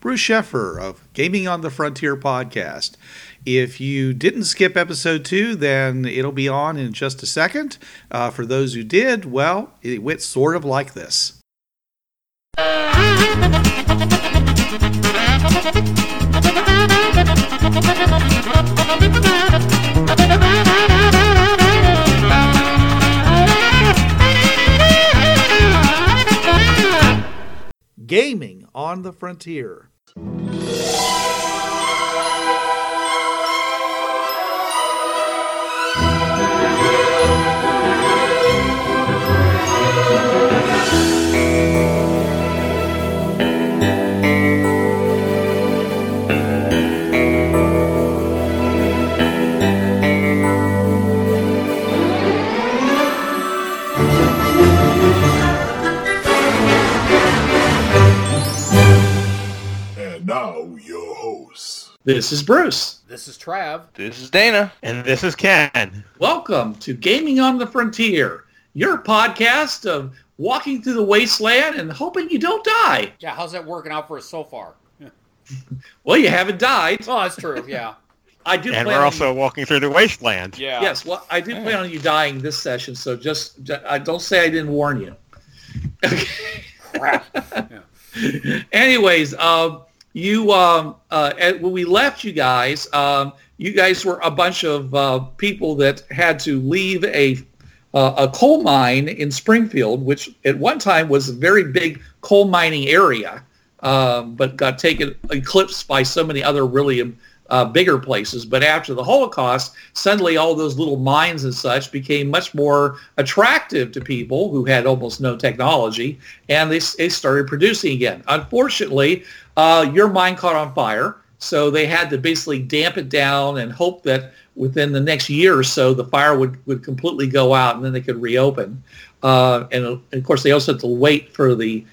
Bruce Sheffer of Gaming on the Frontier podcast. If you didn't skip episode two, then it'll be on in just a second. Uh, for those who did, well, it went sort of like this. Gaming on the Frontier. And now, your hosts. This is Bruce. This is Trav. This is Dana. And this is Ken. Welcome to Gaming on the Frontier, your podcast of walking through the wasteland and hoping you don't die. Yeah, how's that working out for us so far? Well, you haven't died. Oh, that's true. Yeah. I do. plan And we're on- also walking through the wasteland. Yeah. yes. Well, I do plan on you dying this session, so just ju- I don't say I didn't warn you. Crap. Anyways, um, you um, uh, at, when we left you guys, um, you guys were a bunch of uh, people that had to leave a uh, a coal mine in Springfield, which at one time was a very big coal mining area, um, but got taken eclipsed by so many other really uh, bigger places. But after the Holocaust, suddenly all those little mines and such became much more attractive to people who had almost no technology, and they, s- they started producing again. Unfortunately, uh, your mine caught on fire, so they had to basically damp it down and hope that within the next year or so the fire would, would completely go out and then they could reopen. Uh, and uh, of course, they also had to wait for the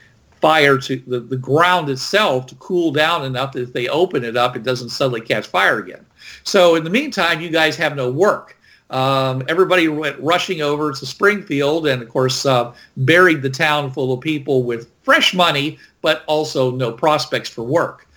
fire to the, the ground itself to cool down enough that if they open it up, it doesn't suddenly catch fire again. So in the meantime, you guys have no work. Um, everybody went rushing over to Springfield and, of course, uh, buried the town full of people with fresh money, but also no prospects for work.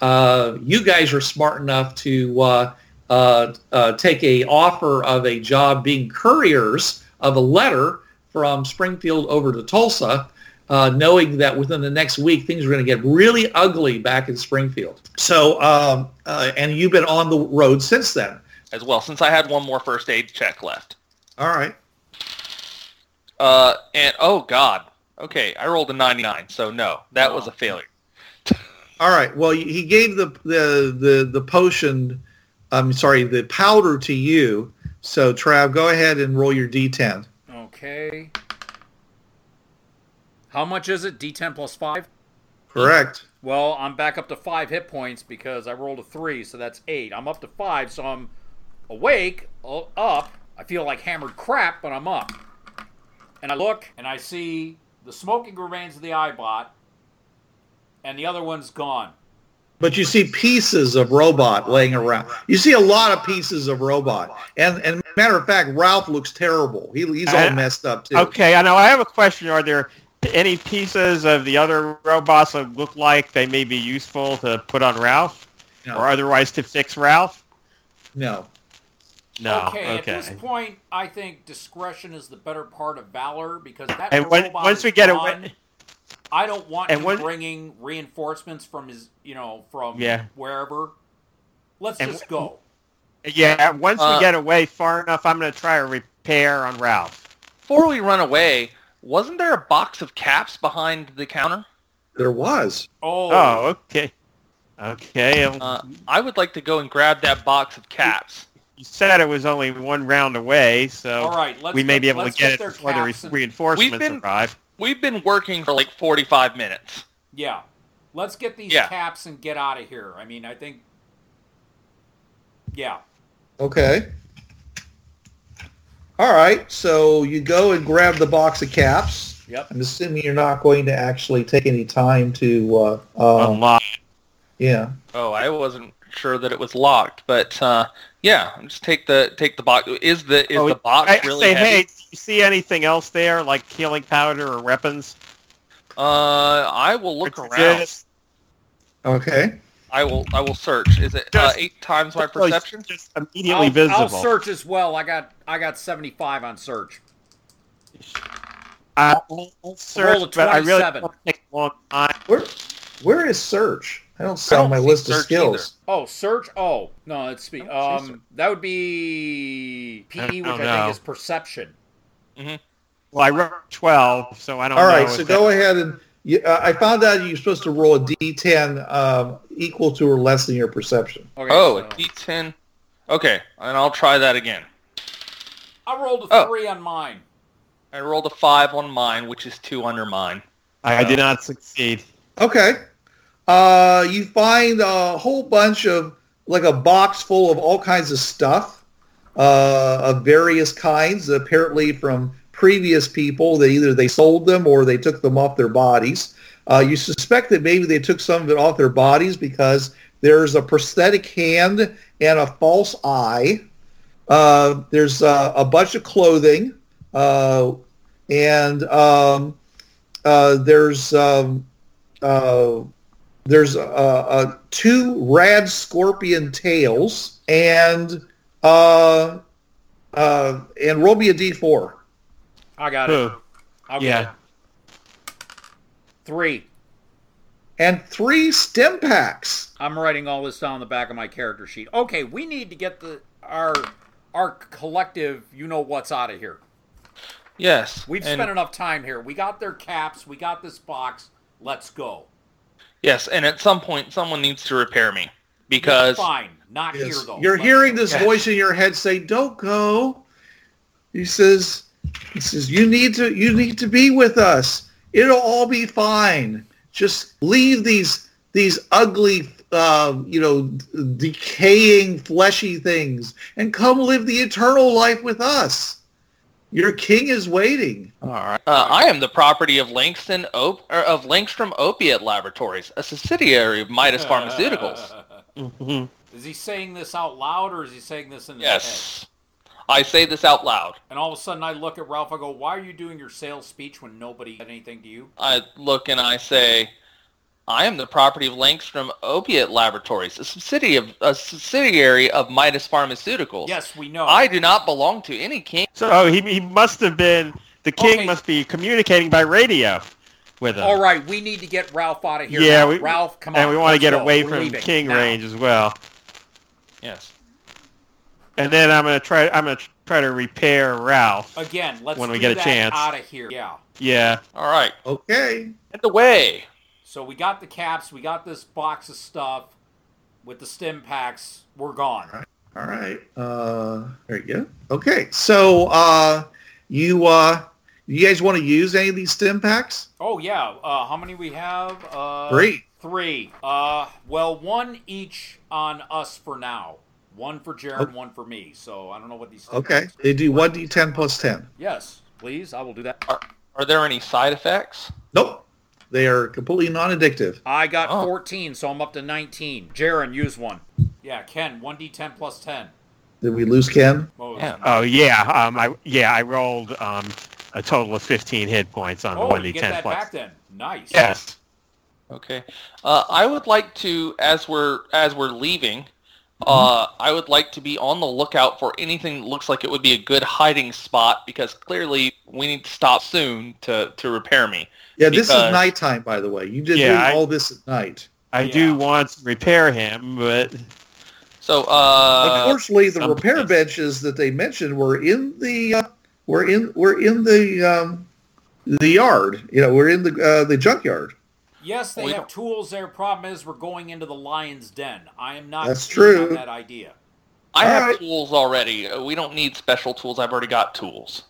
Uh, you guys are smart enough to uh, uh, uh, take a offer of a job being couriers of a letter from Springfield over to Tulsa, uh, knowing that within the next week things are going to get really ugly back in Springfield. So, um, uh, and you've been on the road since then. As well, since I had one more first aid check left. All right. Uh, and oh god. Okay, I rolled a 99, so no, that was a failure. All right. Well, he gave the the the the potion. I'm sorry, the powder to you. So, Trav, go ahead and roll your D10. Okay. How much is it? D10 plus five. Correct. Well, I'm back up to five hit points because I rolled a three, so that's eight. I'm up to five, so I'm awake, o- up. I feel like hammered crap, but I'm up. And I look and I see the smoking remains of the iBot, and the other one's gone. But you see pieces of robot laying around. You see a lot of pieces of robot. And and matter of fact, Ralph looks terrible. He, he's all Uh, messed up too. Okay, I know. I have a question. Are there any pieces of the other robots that look like they may be useful to put on Ralph No. or otherwise to fix Ralph? No. No. Okay, Ah, Okay. at this point, I think discretion is the better part of valor because that and when, robot once is we get gone, away, I don't want and him when- bringing reinforcements from his, you know, from Yeah. wherever. Let's And just w- go. yeah, once Uh, we get away far enough, I'm going to try a repair on Ralph. Before we run away, wasn't there a box of caps behind the counter? There was. Oh, Oh, okay. Okay. Uh, I would like to go and grab that box of caps. you said it was only one round away, so all right. Let's we may get- be able to let's get it their before the re- caps and- reinforcements We've been- arrive. We've been working for like 45 minutes. yeah, let's get these Yeah. caps and get out of here. I mean, I think. Yeah. Okay. All right. So you go and grab the box of caps. Yep. I'm assuming you're not going to actually take any time to. Uh, uh, Unlock. yeah. Oh, I wasn't sure that it was locked, but uh, yeah, just take the take the box. Is the is Oh, the box I really say, heavy? hey, do you see anything else there, like healing powder or weapons? Uh, I will look Or around. just- Okay. I will. I will search. Is it uh, Just- eight times my So he's perception? Just immediately visible. I'll search as well. I got I got 75 on search. I- I'll, I'll Roll a search, but I really 27. don't take a long time. Where where is search? I don't see I don't on my see list of search skills. Oh, search. Oh, no, let's I speak. don't see Um, that would be I PE, which Oh, don't I know. think is perception. Well, I wrote 12, so I don't All know. right, if so that- go ahead and you, uh, I found out you're supposed to roll a d10 um, equal to or less than your perception. Okay, Oh, a so- D10. Okay, and I'll try that again. I rolled a Oh. three on mine. I rolled a five on mine, which is two under mine. I, I did not succeed. Okay. Uh, you find a whole bunch of like a box full of all kinds of stuff uh, of various kinds, apparently from previous people that either they sold them or they took them off their bodies. Uh, you suspect that maybe they took some of it off their bodies because there's a prosthetic hand and a false eye. Uh, there's uh, a bunch of clothing, uh, and um, uh, there's um, uh, there's uh, uh, two rad scorpion tails and uh, uh, and roll me a d4. I got it. Huh. I'll Yeah. get it. Three. And three stem packs. I'm writing all this down on the back of my character sheet. Okay, we need to get the our our collective you know what's out of here. Yes. We've and- spent enough time here. We got their caps, we got this box. Let's go. Yes, and at some point, someone needs to repair me because fine. Not here Yes. though. You're Let's hearing go. this voice in your head say, "Don't go." He says, "He says you need to you need to be with us. It'll all be fine. Just leave these these ugly, uh, you know, d- decaying fleshy things, and come live the eternal life with us. Your king is waiting." All right. uh, I am the property of Langston Op- or of Langstrom Opiate Laboratories, a subsidiary of Midas Uh, Pharmaceuticals. Mhm. Is he saying this out loud or is he saying this in his head? Yes, I say this out loud. And all of a sudden I look at Ralph, I go, Why are you doing your sales speech when nobody said anything to you? I look and I say, I am the property of Langstrom Opiate Laboratories, a subsidiary of a subsidiary of Midas Pharmaceuticals. Yes, we know. I do not belong to any king. So oh, he, he must have been, the king Okay. must be communicating by radio with him. All right, we need to get Ralph out of here. Yeah, now. we- Ralph, come on. And we want to let's get go. away We're from leaving king now. range as well. Yes. And then I'm gonna try. I'm gonna tr- try to repair Ralph. Again, let's when we do get a that chance. out of here. Yeah. Yeah. All right. Okay. Get away. So we got the caps, we got this box of stuff with the stim packs. We're gone. All right. Uh, there you go. Okay. So uh, you uh, you guys want to use any of these stem packs? Oh yeah. Uh, how many we have? Uh, Great. Three. Uh, well, one each on us for now. One for Jared, one for me. So I don't know what these. stim Okay. packs- They do 1d10 plus 10. Yes, please. I will do that. Are there any side effects? Nope. They are completely non-addictive. I got Oh. 14, so I'm up to 19. Jaron, use one. Yeah, Ken, 1d10 plus 10. Did we lose Ken? Oh, Yeah. Oh yeah. Um. I yeah. I rolled um a total of 15 hit points on the oh you get 1d10 that plus. back then. Nice. Yes. Okay. Uh, I would like to, as we're as we're leaving, uh, Mm-hmm. I would like to be on the lookout for anything that looks like it would be a good hiding spot because clearly we need to stop soon to to repair me. Yeah, this Because- is nighttime, by the way. You did Yeah, do I- all this at night. I Yeah. do want to repair him, but So uh, Unfortunately, the some- repair benches that they mentioned were in the uh, were in were in the um, the yard. You know, we're in the uh, the junkyard. Yes, they We have don't- tools there. Problem is, we're going into the lion's den. I am not That's keen on true. that idea. I have Alright. tools already. Uh, We don't need special tools. I've already got tools.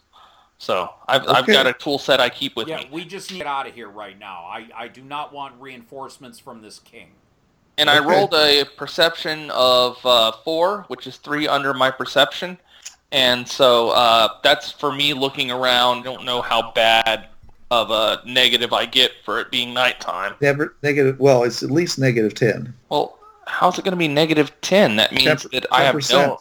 So I've, I've Okay. got a tool set I keep with yeah, me. we just need to get out of here right now. I, I do not want reinforcements from this king. And I Okay. rolled a perception of uh, four, which is three under my perception. And so uh, that's for me looking around. Don't know how bad of a negative I get for it being nighttime. Never negative. Well, it's at least negative ten. Well, how's it going to be negative 10? That means Temp- that I have 10%. no...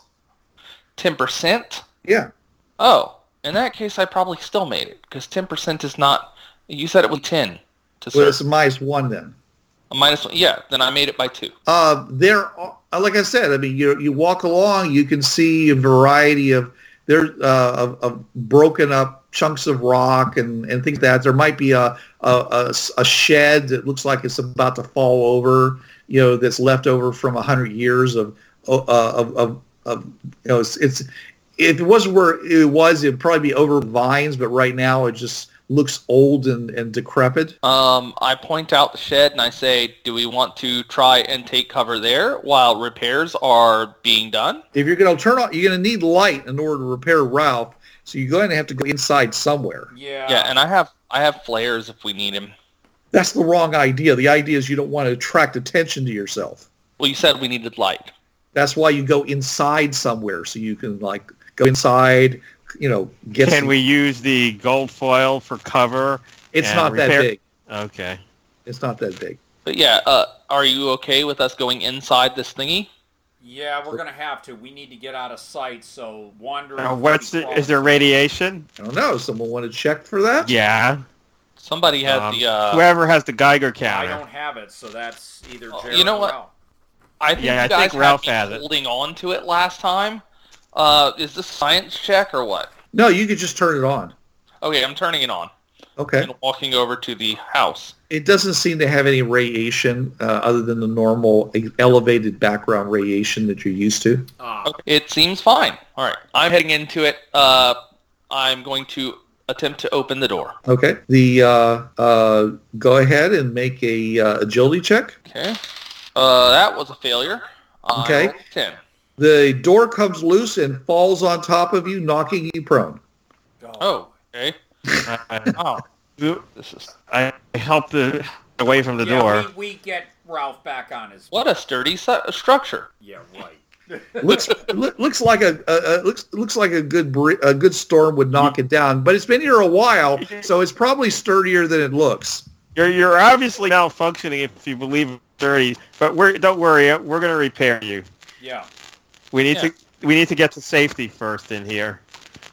10%? Yeah. Oh, in that case, I probably still made it because 10% is not... You said it was 10 to Well, serve. it's minus one then. A minus one. Yeah, then I made it by two. Uh, there, are- like I said, I mean, you you walk along, you can see a variety of there uh, of, of broken up chunks of rock and, and things like that. There might be a, a, a s- a shed that looks like it's about to fall over, you know, that's left over from a hundred years of uh, of, of of you know, it's, it's if it wasn't where it was, it'd probably be over vines, but right now it just looks old and, and decrepit. Um, I point out the shed and I say, do we want to try and take cover there while repairs are being done? if you're going to turn on, you're going to need light in order to repair Ralph. So you're going to have to go inside somewhere. Yeah. yeah, and I have I have flares if we need them. That's the wrong idea. The idea is you don't want to attract attention to yourself. Well, you said we needed light. That's why you go inside somewhere so you can like go inside. You know, get. Can some- we use the gold foil for cover? It's yeah, not that repair- big. Okay. It's not that big. But yeah, uh, are you okay with us going inside this thingy? Yeah, we're gonna have to. We need to get out of sight. So wandering. Now, what's the, is there radiation? I don't know. Someone want to check for that? Yeah. Somebody had Um, the. Uh, Whoever has the Geiger I counter. don't have it, so that's either. Oh, Jared you know or what? Ralph. I think Yeah, I you think guys had Ralph me has it. holding on to it last time. Uh, is this science check or what? No, you could just turn it on. Okay, I'm turning it on Okay. and walking over to the house. It doesn't seem to have any radiation uh, other than the normal elevated background radiation that you're used to. Ah, Okay, It seems fine. All right, I'm heading into it. Uh, I'm going to attempt to open the door. Okay. The uh, uh, go ahead and make a uh, agility check. Okay. Uh, that was a failure. I Okay. rolled a Ten. The door comes loose and falls on top of you, knocking you prone. Oh. Okay. I, This is I help the away from the yeah, door. We, we get Ralph back on his. what a sturdy su- structure. Yeah, right. Looks loo- looks like a, a, a looks looks like a good bri- a good storm would knock it down, but it's been here a while, so it's probably sturdier than it looks. You're you're obviously malfunctioning if you believe dirty, but we're don't worry, we're gonna repair you. Yeah. We need Yeah. to we need to get to safety first in here.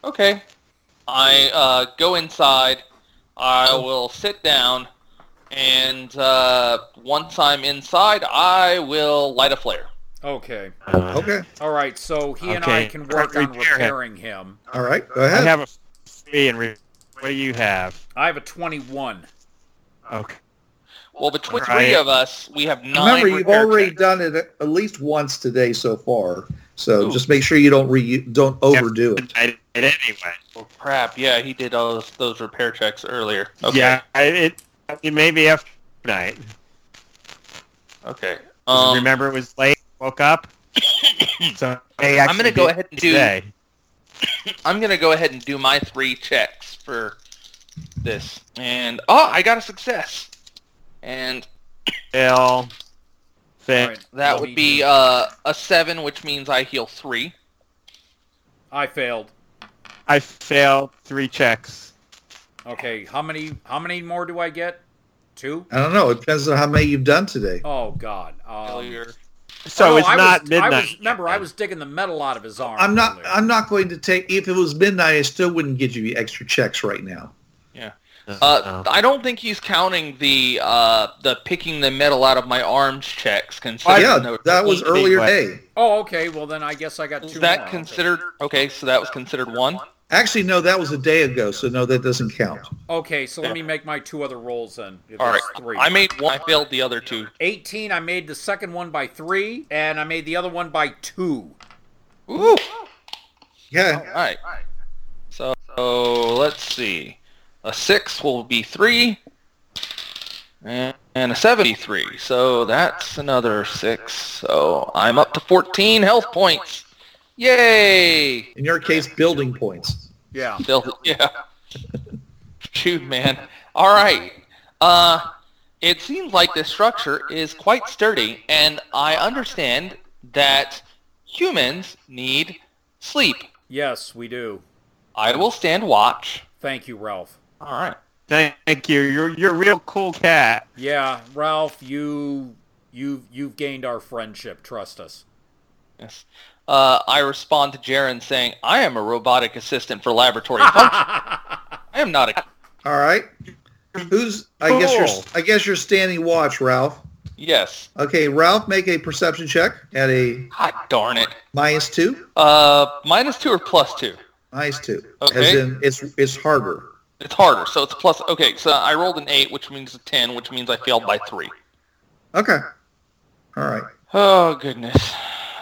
Okay. I uh, go inside. I will sit down, and uh, once I'm inside, I will light a flare. Okay. Uh, Okay. All right. So he and I Okay. can work on Repair him. repairing him. All right. Go I ahead. have a three and re- what do you have? I have a 21. Okay. Well, between All right. three of us, we have nine. Remember, you've repair already checks. done it at at least once today so far, so Ooh. just make sure you don't re- don't overdo it. I did it anyway. Oh, crap. Yeah, he did all those, those repair checks earlier. Okay. Yeah, I, it, it may be after night. Okay. Um, Remember, it was late. Woke up. so I'm gonna go ahead and do. Today. I'm gonna go ahead and do my three checks for this, and oh, I got a success, and Bill, All Finn, right, that what do would you be do? uh, a seven, which means I heal three. I failed. I failed three checks. Okay. How many? How many more do I get? Two. I don't know. It depends on how many you've done today. Oh God. Um, Failure. So oh, no, it's I was- not I midnight. was, remember, I was digging the metal out of his arm. I'm not. earlier. I'm not going to take. If it was midnight, I still wouldn't give you extra checks right now. Uh, Oh. I don't think he's counting the uh, the picking the metal out of my arms checks. Considering yeah, that was Big earlier way. day. Oh, okay. Well, then I guess I got Is two that more. considered okay? So that was considered one. Actually, no, that was a day ago. So no, that doesn't count. Okay, so let me make my two other rolls then. If All right, there's Three. I made one. I failed the other two. 18, I made the second one by three, and I made the other one by two. Ooh. Yeah. All right. So, so let's see. A six will be three, and and a seventy-three. So that's another six. So I'm up to fourteen health points. Yay! In your case, building points. Yeah. Still, yeah. Shoot, man. All right. Uh, it seems like this structure is quite sturdy, and I understand that humans need sleep. Yes, we do. I will stand watch. Thank you, Ralph. All right. Thank you. You're you're a real cool cat. Yeah, Ralph, you you you've gained our friendship. Trust us. Yes. Uh, I respond to Jaren saying, I am a robotic assistant for laboratory function. I am not a... All right. Who's? I guess Cool. you're. I guess you're standing watch, Ralph. Yes. Okay, Ralph, make a perception check at a God darn it. minus two. Uh, minus two or plus two? Minus two. As Okay. in, it's it's harder. It's harder, so it's plus. Okay, so I rolled an eight, which means a ten, which means I failed by three. Okay. All right. Oh goodness.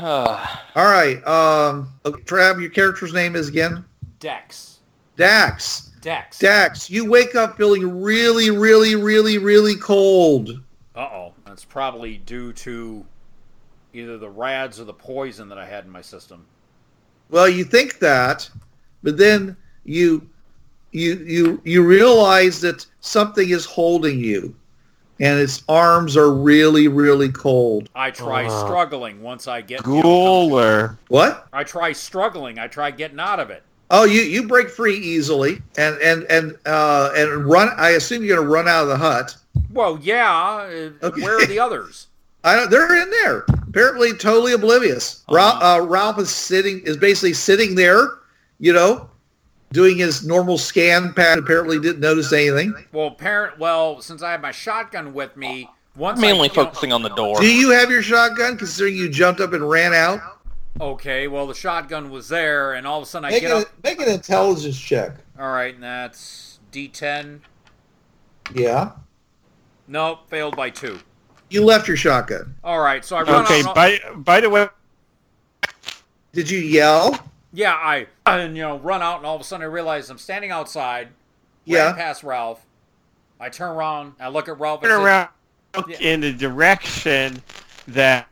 Uh, All right. Um, okay, Trav, your character's name is again Dex. Dax. Dex. Dax, you wake up feeling really, really, really, really cold. Uh-oh. That's probably due to either the rads or the poison that I had in my system. Well, you think that, but then you you you you realize that something is holding you, and its arms are really, really cold. I try Ah. struggling once I get Ghoul or What? I try struggling. I try getting out of it. Oh, you you break free easily, and and and uh, and run. I assume you're gonna run out of the hut. Well, yeah. uh, Okay. Where are the others? I don't, they're in there. Apparently, totally oblivious. Ralph, Oh. uh, Ralph is sitting is basically sitting there, you know, doing his normal scan pattern. Apparently, didn't notice anything. Well, parent. Well, since I have my shotgun with me, once I'm mainly I, focusing on the door. Do you have your shotgun? Considering you jumped up and ran out, Okay. Well, the shotgun was there, and all of a sudden I make, get an, up. make an intelligence check. All right, and that's D10. Yeah, Nope, failed by two. you left your shotgun. All right, so I run okay. out. on- By by the way, Did you yell? yeah, I and you know run out, and all of a sudden I realize I'm standing outside. Yeah. ran past Ralph. I turn around. I look at Ralph. turn and say, around look Yeah. in the direction that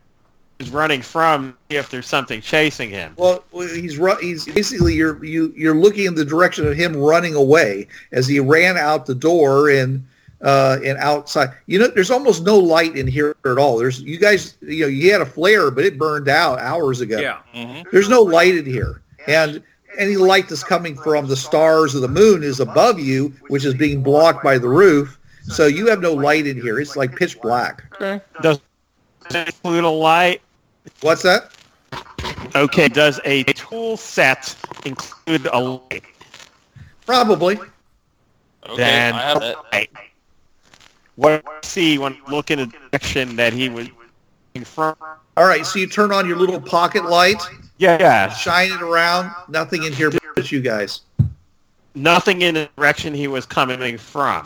is running from if there's something chasing him. Well, he's ru- he's basically you're you you're looking in the direction of him running away as he ran out the door and uh, and outside. You know, there's almost no light in here at all. There's you guys, you know, you had a flare, but it burned out hours ago. Yeah. Mhm. There's no light in here, and any light that's coming from the stars or the moon is above you, which is being blocked by the roof. So you have no light in here. It's like pitch black. Okay. Does it include a light? What's that? Okay. Does a tool set include a light? Probably. Okay, then I have it. Right. What I see when I look in the direction that he was in front. All right. So you turn on your little pocket light. Yeah. shine it around. Nothing in here but you guys. Nothing in the direction he was coming from.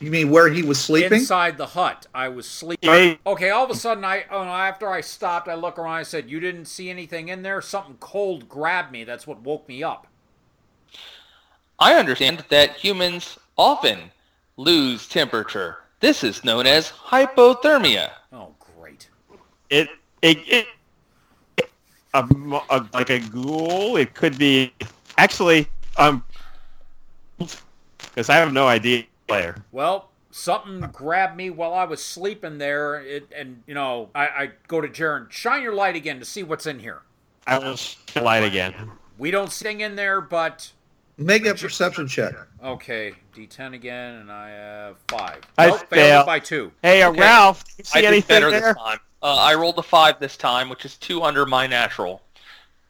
You mean where he was sleeping? Inside the hut, I was sleeping. Hey. Okay, all of a sudden, I oh, no, after I stopped, I look around. I said, "You didn't see anything in there? Something cold grabbed me. That's what woke me up." I understand that humans often lose temperature. This is known as hypothermia. Oh, great. It it, it a, mo- a- like a ghoul. It could be actually um because I have no idea player. Well, something grabbed me while I was sleeping there, it, and you know, I, I go to Jaren, shine your light again to see what's in here. I will sh- light again. We don't sing in there, but Make a perception check. okay, D10 again, and I have five. I nope, failed. failed by two. Hey, uh, Okay. Ralph, you see I did anything better there? this time. Uh, I rolled a five this time, which is two under my natural.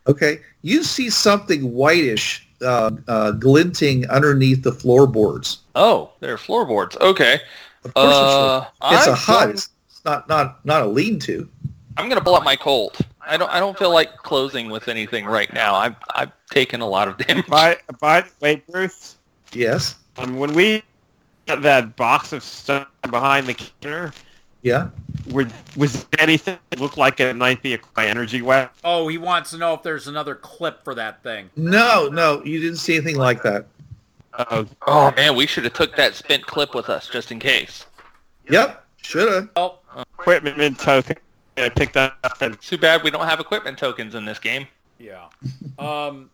Okay. You see something whitish uh, uh, glinting underneath the floorboards. Oh, they're floorboards. Okay. Of course Uh, it's, it's a I'm hut. going- It's not not not a lean-to. I'm gonna pull out my Colt. I don't. I don't feel like closing with anything right now. I've I've taken a lot of damage. By by the way, Bruce, Yes. um, when we got that box of stuff behind the counter, Yeah. were, was there anything that looked like it might be a high energy weapon? Oh, he wants to know if there's another clip for that thing. No, no, you didn't see anything like that. Uh, Oh man, we should have took that spent clip with us just in case. Yep. Shoulda. Oh, equipment token I picked up. And Too bad we don't have equipment tokens in this game. yeah. Um,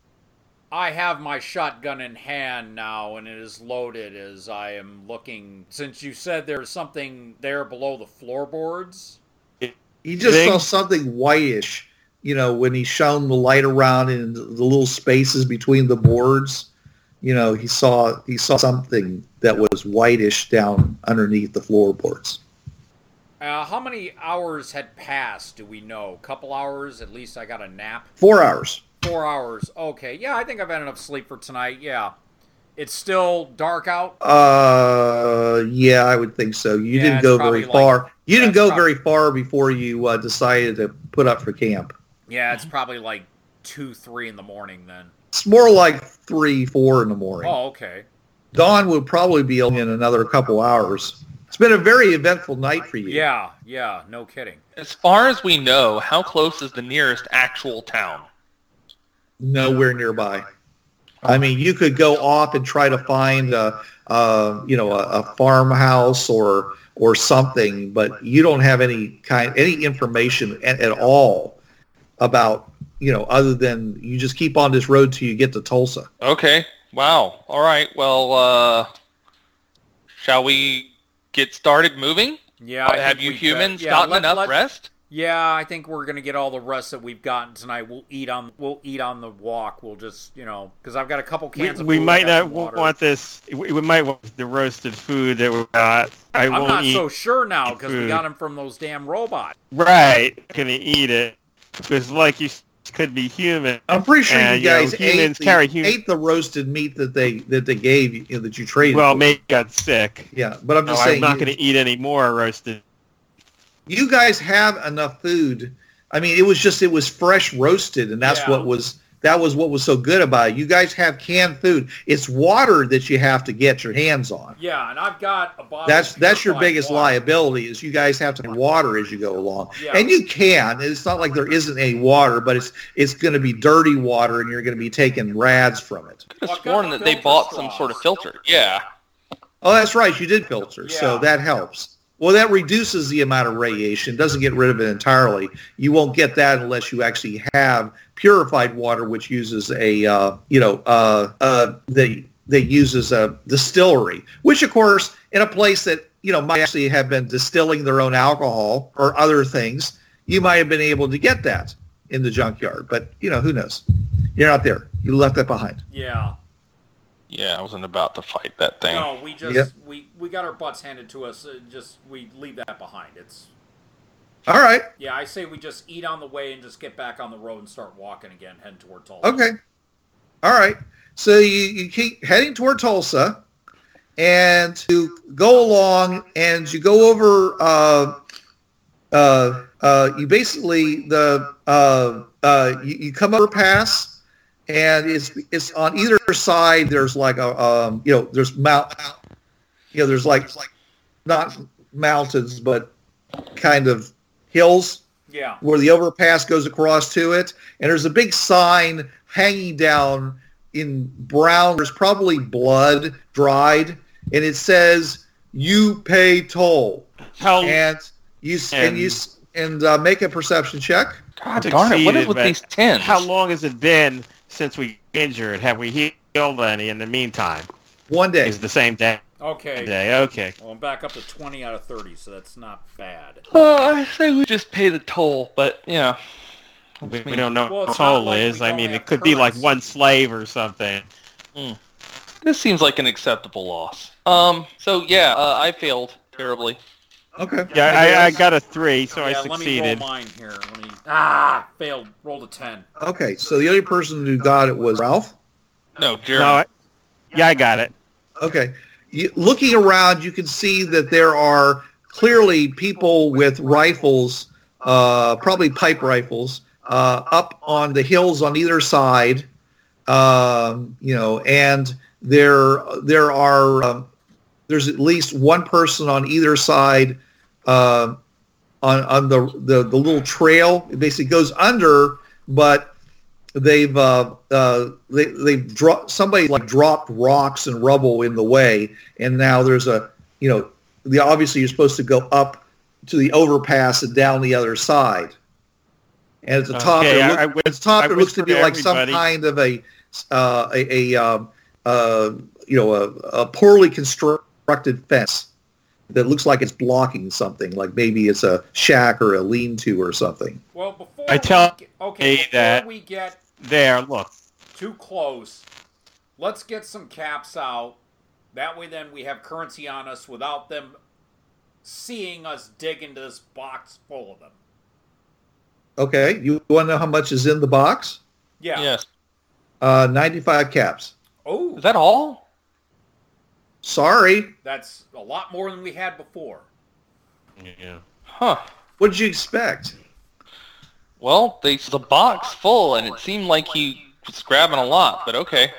I have my shotgun in hand now, and it is loaded as I am looking. Since you said there's something there below the floorboards. You just Big- saw something whitish, you know, when he shone the light around in the little spaces between the boards. You know, he saw he saw something that was whitish down underneath the floorboards. Uh, how many hours had passed? Do we know? Couple hours, at least. I got a nap. Four hours. Four hours. Okay. Yeah, I think I've had enough sleep for tonight. Yeah. It's still dark out. Uh, yeah, I would think so. You Yeah, didn't it's go probably very like- far. You didn't go That's probably- very far before you uh, decided to put up for camp. Yeah, Mm-hmm. it's probably like two, three in the morning then. It's more like three, four in the morning. Oh, okay. Dawn will probably be in another couple hours. It's been a very eventful night for you. Yeah, yeah, no kidding. As far as we know, how close is the nearest actual town? nowhere nearby. I mean, you could go off and try to find a, uh, you know, a, a farmhouse or or something, but you don't have any kind any information at, at all about you know other than you just keep on this road till you get to Tulsa. Okay. Wow. All right. Well, uh, shall we get started moving? Yeah, I Have think you we could- humans yeah, gotten let- enough let- rest? Yeah, I think we're gonna get all the rest that we've gotten tonight. We'll eat on we'll eat on the walk. We'll just you know because I've got a couple We, cans of we food, I got might not some water. want this. We, we might want the roasted food that we got. I I'm won't not eat. so sure now because we food. got them from those damn robots. Right, gonna eat it because, like you s- could be human. I'm pretty sure Uh, you yeah, guys ate, humans the, carry hum- ate the roasted meat that they that they gave you, you know, that you traded. Well, maybe got sick. yeah, but I'm No, just I'm saying not you- going to eat any more roasted. you guys have enough food. I mean, it was just it was fresh roasted, and that's Yeah. what was that was what was so good about it. You guys have canned food. It's water that you have to get your hands on. Yeah, and I've got a bottle. That's of that's your purified biggest water. liability is you guys have to get water as you go along, Yeah. and you can. It's not like there isn't any water, but it's it's going to be dirty water, and you're going to be taking rads from it. I could Well, have I've got sworn the that they filter bought some straws. sort of filter. Yeah. Oh, that's right, you did filter, so Yeah. that helps. Well, that reduces the amount of radiation. Doesn't get rid of it entirely. You won't get that unless you actually have purified water, which uses a uh, you know uh, uh, they they uses a distillery, which of course in a place that you know might actually have been distilling their own alcohol or other things, you might have been able to get that in the junkyard. But you know who knows? You're not there. You left that behind. Yeah. Yeah, I wasn't about to fight that thing. No, we just Yep. we we got our butts handed to us. Uh, just we leave that behind. It's All right. yeah. I say we just eat on the way and just get back on the road and start walking again, heading toward Tulsa. Okay. All right. So you, you keep heading toward Tulsa and you go along and you go over uh, uh, uh, you basically the uh, uh, you, you come over a pass and it's it's on either side there's like a um, you know there's mount you know there's like like not mountains but kind of hills Yeah. where the overpass goes across to it, and there's a big sign hanging down in brown. There's probably blood dried, and it says "You pay toll." Hell, And you s- and, you s- and uh, make a perception check. God darn it! What is Succeeded, with but these tins? how long has it been since we injured? Have we healed any in the meantime? One day. It's the same day. Okay. Day. Okay. Well, I'm back up to 20 out of 30, so that's not bad. Uh, I say we just pay the toll, but yeah. We, we don't know Well, what it's not toll like we is. I don't mean, have it could be like currency. one slave or something. This seems like an acceptable loss. Um. So yeah, uh, I failed terribly. Okay. Yeah, I, I got a three, so I yeah, let me roll succeeded. mine here. Let me. Ah, failed. Rolled a 10. Okay. So the only person who got it was Ralph. No, Jeremy. No, I, yeah, I got it. Okay. You, looking around, you can see that there are clearly people with rifles, uh, probably pipe rifles, uh, up on the hills on either side. Um, you know, and there there are um, there's at least one person on either side uh, on on the, the the little trail. It basically goes under, but they've uh, uh, they they've dro- somebody like dropped rocks and rubble in the way, and now there's a you know the obviously you're supposed to go up to the overpass and down the other side, and at the top Okay, it I- look- I whi- at the top I it looks to whisper be to like some everybody. kind of a uh, a, a um, uh, you know a, a poorly constructed fence that looks like it's blocking something like maybe it's a shack or a lean-to or something Well, before I tell we, get- okay, me before that- we get There, look. too close, let's get some caps out. That way, then we have currency on us without them seeing us dig into this box full of them. okay you want to know how much is in the box Yeah. Yes. Uh, 95 caps. Oh, Is that all? Sorry. that's a lot more than we had before. Yeah. Huh. What did you expect? Well, they the box full, and it seemed like he was grabbing a lot. But okay.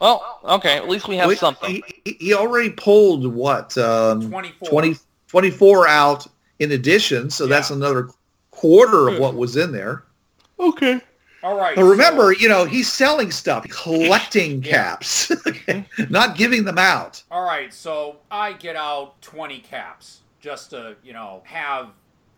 Well, okay. At least we have Wait, something. He, he- he already pulled what? Um, 24. 20, 24 out in addition, so that's Yeah. another quarter Hmm. of what was in there. Okay. All right. But remember, so- you know, he's selling stuff, collecting caps, Hmm. not giving them out. All right, so I get out 20 caps just to, you know, have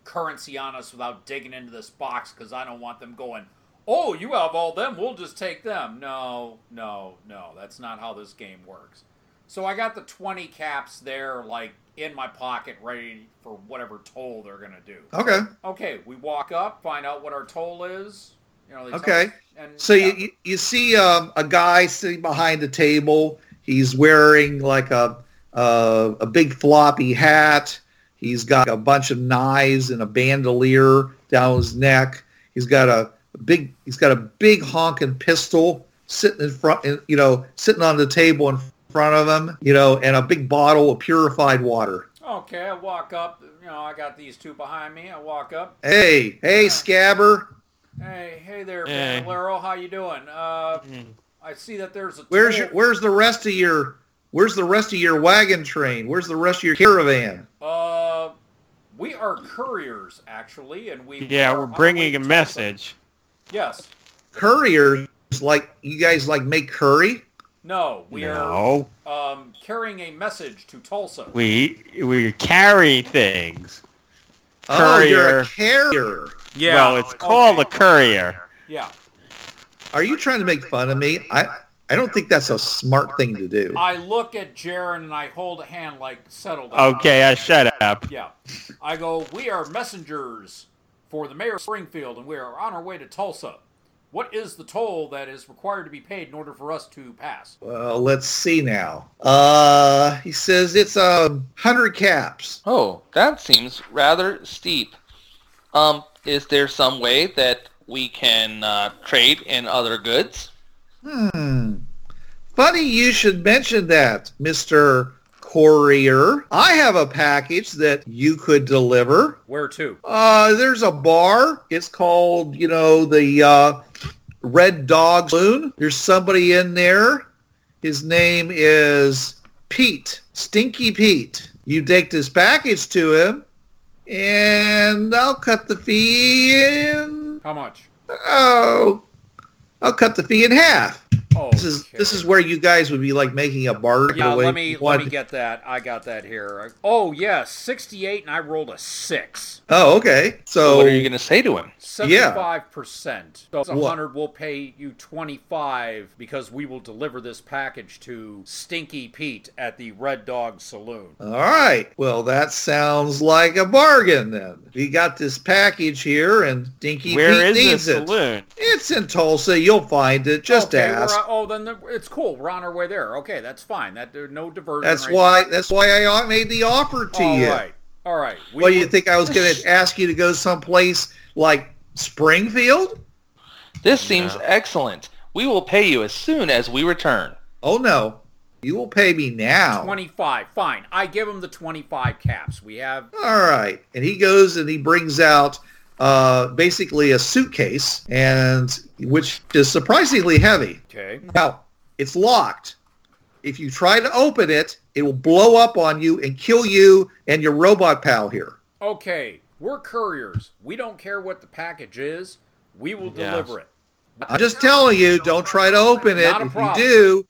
currency on us without digging into this box because I don't want them going, oh, you have all them, we'll just take them. No, no, no, that's not how this game works. So I got the 20 caps there, like, in my pocket, ready for whatever toll they're going to do. Okay. Okay, we walk up, find out what our toll is. You know, they tell Okay. us- And, So yeah. you you, you see um, a guy sitting behind a table. He's wearing like a uh, a big floppy hat. He's got a bunch of knives and a bandolier down his neck. He's got a big he's got a big honking pistol sitting in front, in- you know, sitting on the table in front of him, you know, and a big bottle of purified water. Okay, I walk up. You know, I got these two behind me. I walk up. Hey, hey, Scabber, Hey, hey there, Hey. Bandolero. How you doing? Uh, I see that there's a. where's toll- your where's the rest of your where's the rest of your wagon train? Where's the rest of your caravan? Uh, we are couriers actually, and we. Yeah, are we're on our bringing way a to- message. Yes. couriers like you guys like make curry No, we no, are um carrying a message to Tulsa. we we carry things. oh you're a Courier. carrier Yeah. Well, it's called a courier. yeah, are you trying to make fun of me i i don't think that's a smart thing to do I look at Jaron and I hold a hand like settled. Okay, I shut up. Yeah. I go, we are messengers for the mayor of Springfield, and we are on our way to Tulsa. What is the toll that is required to be paid in order for us to pass? well let's see now uh he says it's um 100 caps Oh, that seems rather steep. Um, is there some way that we can uh, trade in other goods? hmm funny you should mention that mr courier i have a package that you could deliver Where to? Uh, there's a bar. It's called, you know, the uh, Red Dog Saloon. There's somebody in there. His name is Pete, Stinky Pete. You take this package to him, and I'll cut the fee in. How much? Oh, I'll cut the fee in half. Oh, This is this is where you guys would be like making a bargain. Yeah, the way let me you let want me to- get that. I got that here. Oh yeah, sixty-eight, and I rolled a six. Oh, okay. So what are you going to say to him? Seventy-five percent. So it's What? hundred. We'll pay you twenty-five because we will deliver this package to Stinky Pete at the Red Dog Saloon. All right. Well, that sounds like a bargain then. We got this package here, and Dinky Where Pete is needs this it. saloon? It's in Tulsa. You'll find it. Just Okay, we're ask. on- oh, then the, it's cool. We're on our way there. Okay, that's fine. That there no diversion. That's right why. That's why I made the offer to there. All you. right, all right. We What do you will- think I was going to ask you to go someplace like Springfield? This seems excellent. We will pay you as soon as we return. Oh no, you will pay me now. Twenty-five. Fine. I give him the twenty-five caps. We have All right. And he goes and he brings out uh, basically a suitcase, and which is surprisingly heavy. okay. Now, it's locked. If you try to open it, it will blow up on you and kill you and your robot pal here. Okay, we're couriers. We don't care what the package is. We will Yes. deliver it. I'm just telling you, don't try to open it. Not a If you problem. do,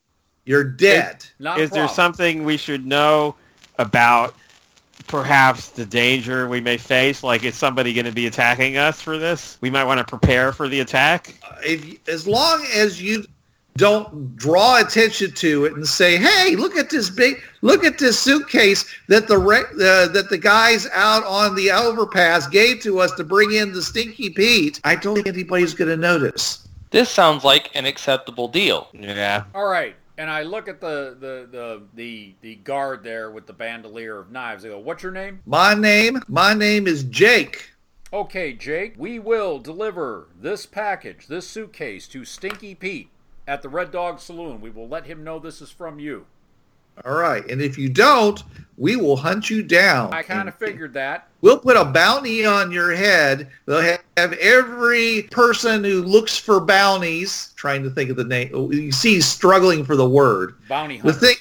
you're dead. Not Is a there problem. something we should know about perhaps the danger we may face? Like, is somebody going to be attacking us for this? We might want to prepare for the attack. If, as long as you don't draw attention to it and say, "Hey, look at this big, look at this suitcase that the re- uh, that the guys out on the overpass gave to us to bring in the stinky Pete," I don't think anybody's going to notice. This sounds like an acceptable deal. Yeah. All right. And I look at the the, the the the guard there with the bandolier of knives. I go, "What's your name?" My name, my name is Jake. Okay, Jake. We will deliver this package, this suitcase, to Stinky Pete at the Red Dog Saloon. We will let him know this is from you. All right. And if you don't, we will hunt you down. I kind And of figured that. We'll put a bounty on your head. They'll ha- have every person who looks for bounties, trying to think of the name. oh, You see, struggling for the word. Bounty The hunter. thing,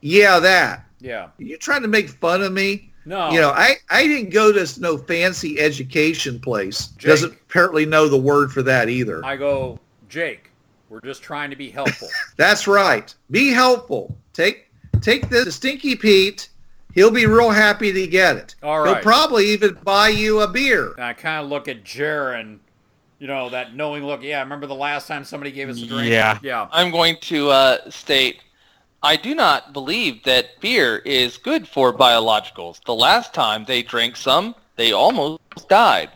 yeah, that. yeah. You trying to make fun of me? No. You know, I, I didn't go to no fancy education place. Jake. Doesn't apparently know the word for that either. I go, Jake, we're just trying to be helpful. That's right. Be helpful. Take take this to Stinky Pete. He'll be real happy to get it. All He'll right. probably even buy you a beer. and I kind of look at Jaron, you know, that knowing look. Yeah, I remember the last time somebody gave us a drink. Yeah. Yeah. I'm going to uh, state I do not believe that beer is good for biologicals. The last time they drank some, they almost died.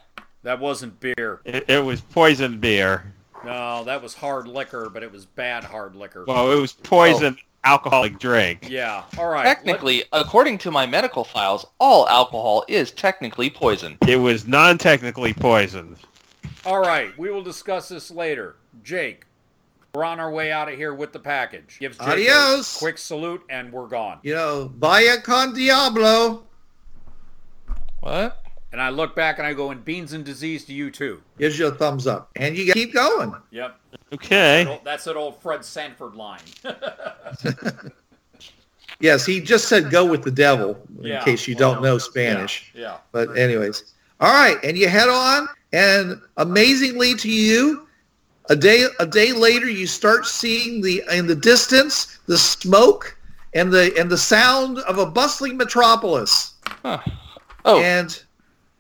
That wasn't beer. It, it was poisoned beer. No, that was hard liquor, but it was bad hard liquor. Well, it was poisoned alcoholic drink. yeah. All right. let- Technically, according to my medical files, all alcohol is technically poison. It was non-technically poisoned. all right. We will discuss this later. Jake, we're on our way out of here with the package. Gives Jake a Adios. quick salute, and we're gone. You know, vaya con diablo. What? And I look back and I go, and beans and disease to you too. Gives you a thumbs up. And you keep going. Yep. Okay. That's an old Fred Sanford line. Yes, he just said go with the devil in Yeah. case you don't know Spanish. yeah. But anyways, all right, and you head on, and amazingly to you, a day a day later, you start seeing the in the distance the smoke and the and the sound of a bustling metropolis. Oh, And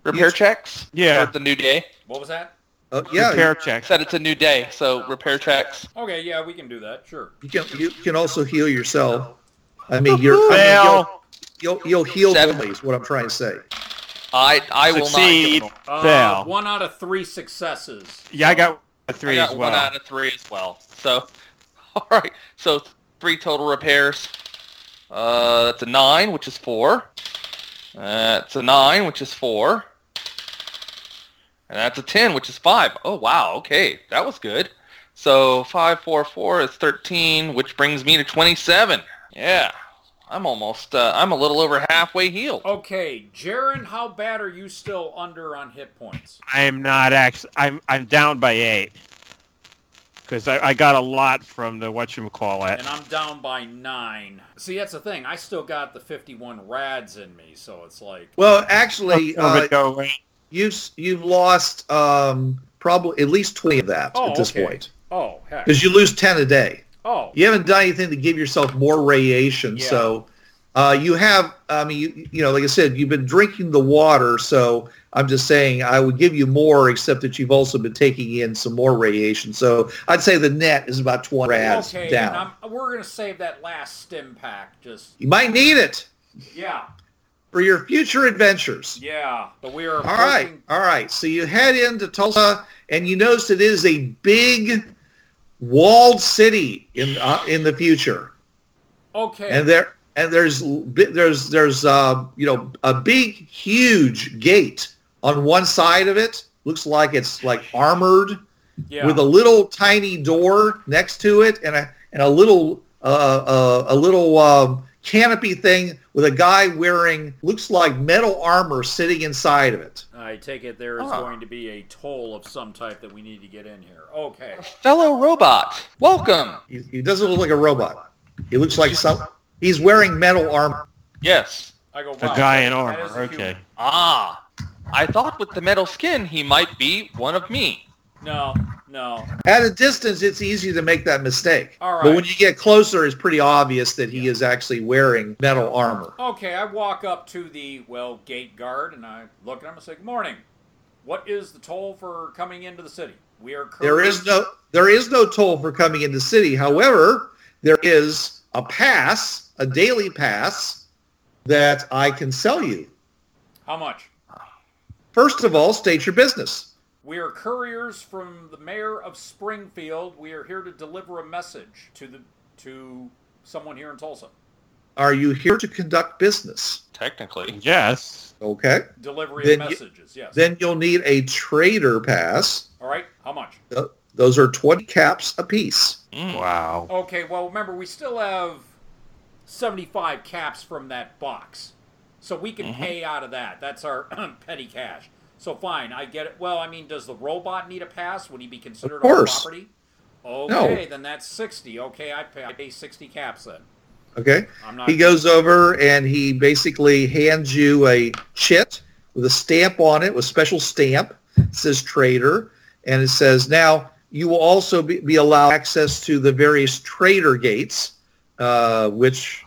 repair yes. checks? Yeah. Or the new day? What was that? oh, yeah, Repair I checks. said it's a new day, so repair checks. Okay. Yeah, we can do that. Sure. you can you can also heal yourself. I mean, you're I mean, you'll, Fail. you'll you'll heal Seven. Billy is what I'm trying to say. I, I will not. give Succeed. them- Uh, Fail. one out of three successes. Yeah, I got a three I got as one well. out of three as well. So, all right. So three total repairs. Uh, that's a nine, which is four. That's a nine, which is four. And that's a ten, which is five. Oh wow. Okay, that was good. So five, four, four is thirteen, which brings me to twenty-seven. Yeah, I'm almost. Uh, I'm a little over halfway healed. Okay, Jaron, how bad are you still under on hit points? I am not actually. I'm I'm down by eight because I, I got a lot from the what you call it. And I'm down by nine. See, that's the thing. I still got the 51 rads in me, so it's like, Well, actually, Oh, Some of uh, it go away. you've s- you've lost um, probably at least twenty of that Oh, at this okay. point oh heck, because you lose ten a day. oh you haven't done anything to give yourself more radiation. Yeah. So uh, you have, I mean, you, you know, like I said, you've been drinking the water. So I'm just saying I would give you more, except that you've also been taking in some more radiation. So I'd say the net is about 20 rads okay. down. And I'm, we're gonna save that last stim pack. Just you might need it yeah, for your future adventures. yeah. But we are All right, approaching- all right. So you head into Tulsa, and you notice it is a big walled city in uh, in the future. Okay, and there and there's l- bi- there's there's uh, you know a big huge gate on one side of it looks like it's like armored yeah. with a little tiny door next to it and a and a little uh, uh, a little um, canopy thing with a guy wearing looks like metal armor sitting inside of it. I take it there is Ah. going to be a toll of some type that we need to get in here. Okay, Fellow robot, welcome. He, he doesn't look like a robot. He looks like some. He's wearing metal armor. Yes. I go. Wow, A guy in that armor. is a human. Okay. Ah, I thought with the metal skin he might be one of me. No, no. At a distance, it's easy to make that mistake. All right. But when you get closer, it's pretty obvious that he is actually wearing metal armor. Okay, I walk up to the, well, gate guard and I look at him and say, Good morning. What is the toll for coming into the city? We are currently. There is no there is no toll for coming into the city. However, there is a pass, a daily pass, that I can sell you. How much? First of all, state your business. We are couriers from the mayor of Springfield. We are here to deliver a message to the to someone here in Tulsa. Are you here to conduct business? Technically. Yes. Okay. Delivery Then of you- messages, yes. Then you'll need a trader pass. All right, how much? Th- Those are 20 caps apiece. Wow. Okay, well, remember, we still have 75 caps from that box. So we can Mm-hmm. pay out of that. That's our petty cash. So fine, I get it. Well, I mean, does the robot need a pass? Would he be considered Of course. on property? Okay, then that's 60. Okay, I pay, I pay 60 caps then. Okay. I'm not He goes over and he basically hands you a chit with a stamp on it, with special stamp. It says trader, and it says now you will also be, be allowed access to the various trader gates, uh, which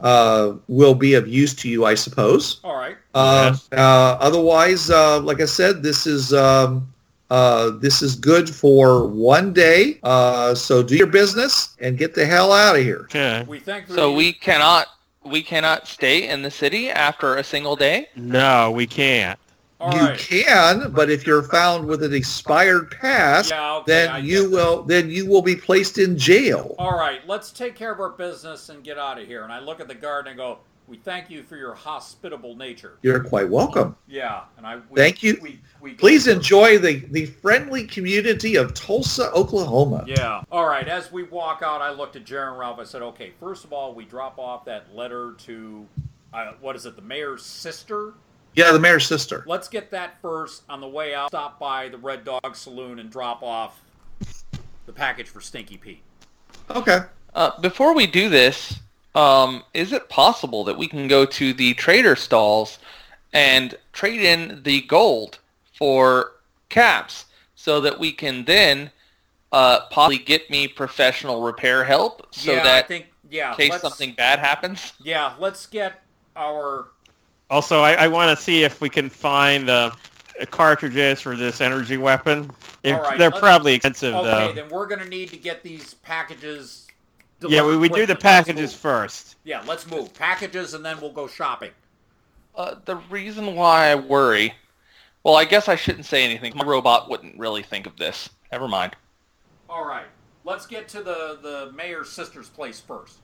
uh, will be of use to you, I suppose. All right. Uh, uh, otherwise, uh, like I said, this is um, uh, this is good for one day. Uh, so do your business and get the hell out of here. Okay. We thank So the- we cannot we cannot stay in the city after a single day. No, we can't. All you right. can, but if you're found with an expired pass, Yeah, okay, I then you get that. will then you will be placed in jail. All right, let's take care of our business and get out of here. And I look at the guard and I go, "We thank you for your hospitable nature." You're quite welcome. Yeah, and I we, Thank you. We, we Please enjoy the, the friendly community of Tulsa, Oklahoma. Yeah. All right. As we walk out, I looked at Jaron Ralph. I said, "Okay, first of all, we drop off that letter to, uh, what is it, the mayor's sister? Yeah, the mayor's sister. Let's get that first. On the way out, stop by the Red Dog Saloon and drop off the package for Stinky Pete." Okay. Uh, before we do this, um, is it possible that we can go to the trader stalls and trade in the gold for caps so that we can then uh, possibly get me professional repair help so yeah, that I think yeah. in case let's- something bad happens? Yeah, let's get our Also, I, I want to see if we can find the cartridges for this energy weapon. If, All right, they're let's- probably expensive, Okay, though. then we're gonna need to get these packages. Yeah, we, delivered we do the quickly. Let's packages move. first. Yeah, let's move packages, and then we'll go shopping. Uh, the reason why I worry, well, I guess I shouldn't say anything. My robot wouldn't really think of this. Never mind. All right, let's get to the the mayor's sister's place first.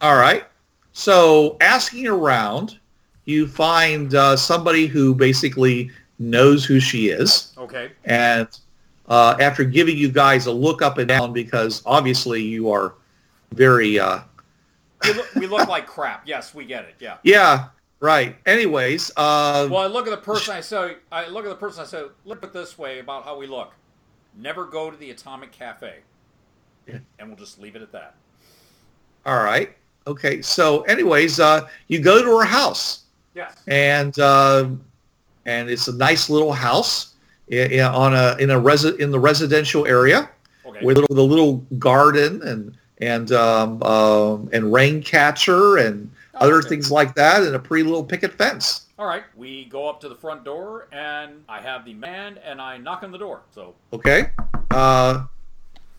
All right. So asking around, you find uh, somebody who basically knows who she is. Okay. And uh, after giving you guys a look up and down, because obviously you are very, uh, We look, we look like crap. Yes, we get it. Yeah. yeah, right. Anyways, uh, Well, I look at the person. I say, I look at the person. I say, look at this way about how we look. Never go to the Atomic Cafe. Yeah. And we'll just leave it at that. all right. Okay. So anyways, uh, you go to her house. Yes. and uh, and it's a nice little house in, in, on a in a resi- in the residential area Okay. with little, the little garden and and um, um, and rain catcher and Oh, other okay. things like that and a pretty little picket fence. All right. We go up to the front door, and I have the man, and I knock on the door. So Okay, uh,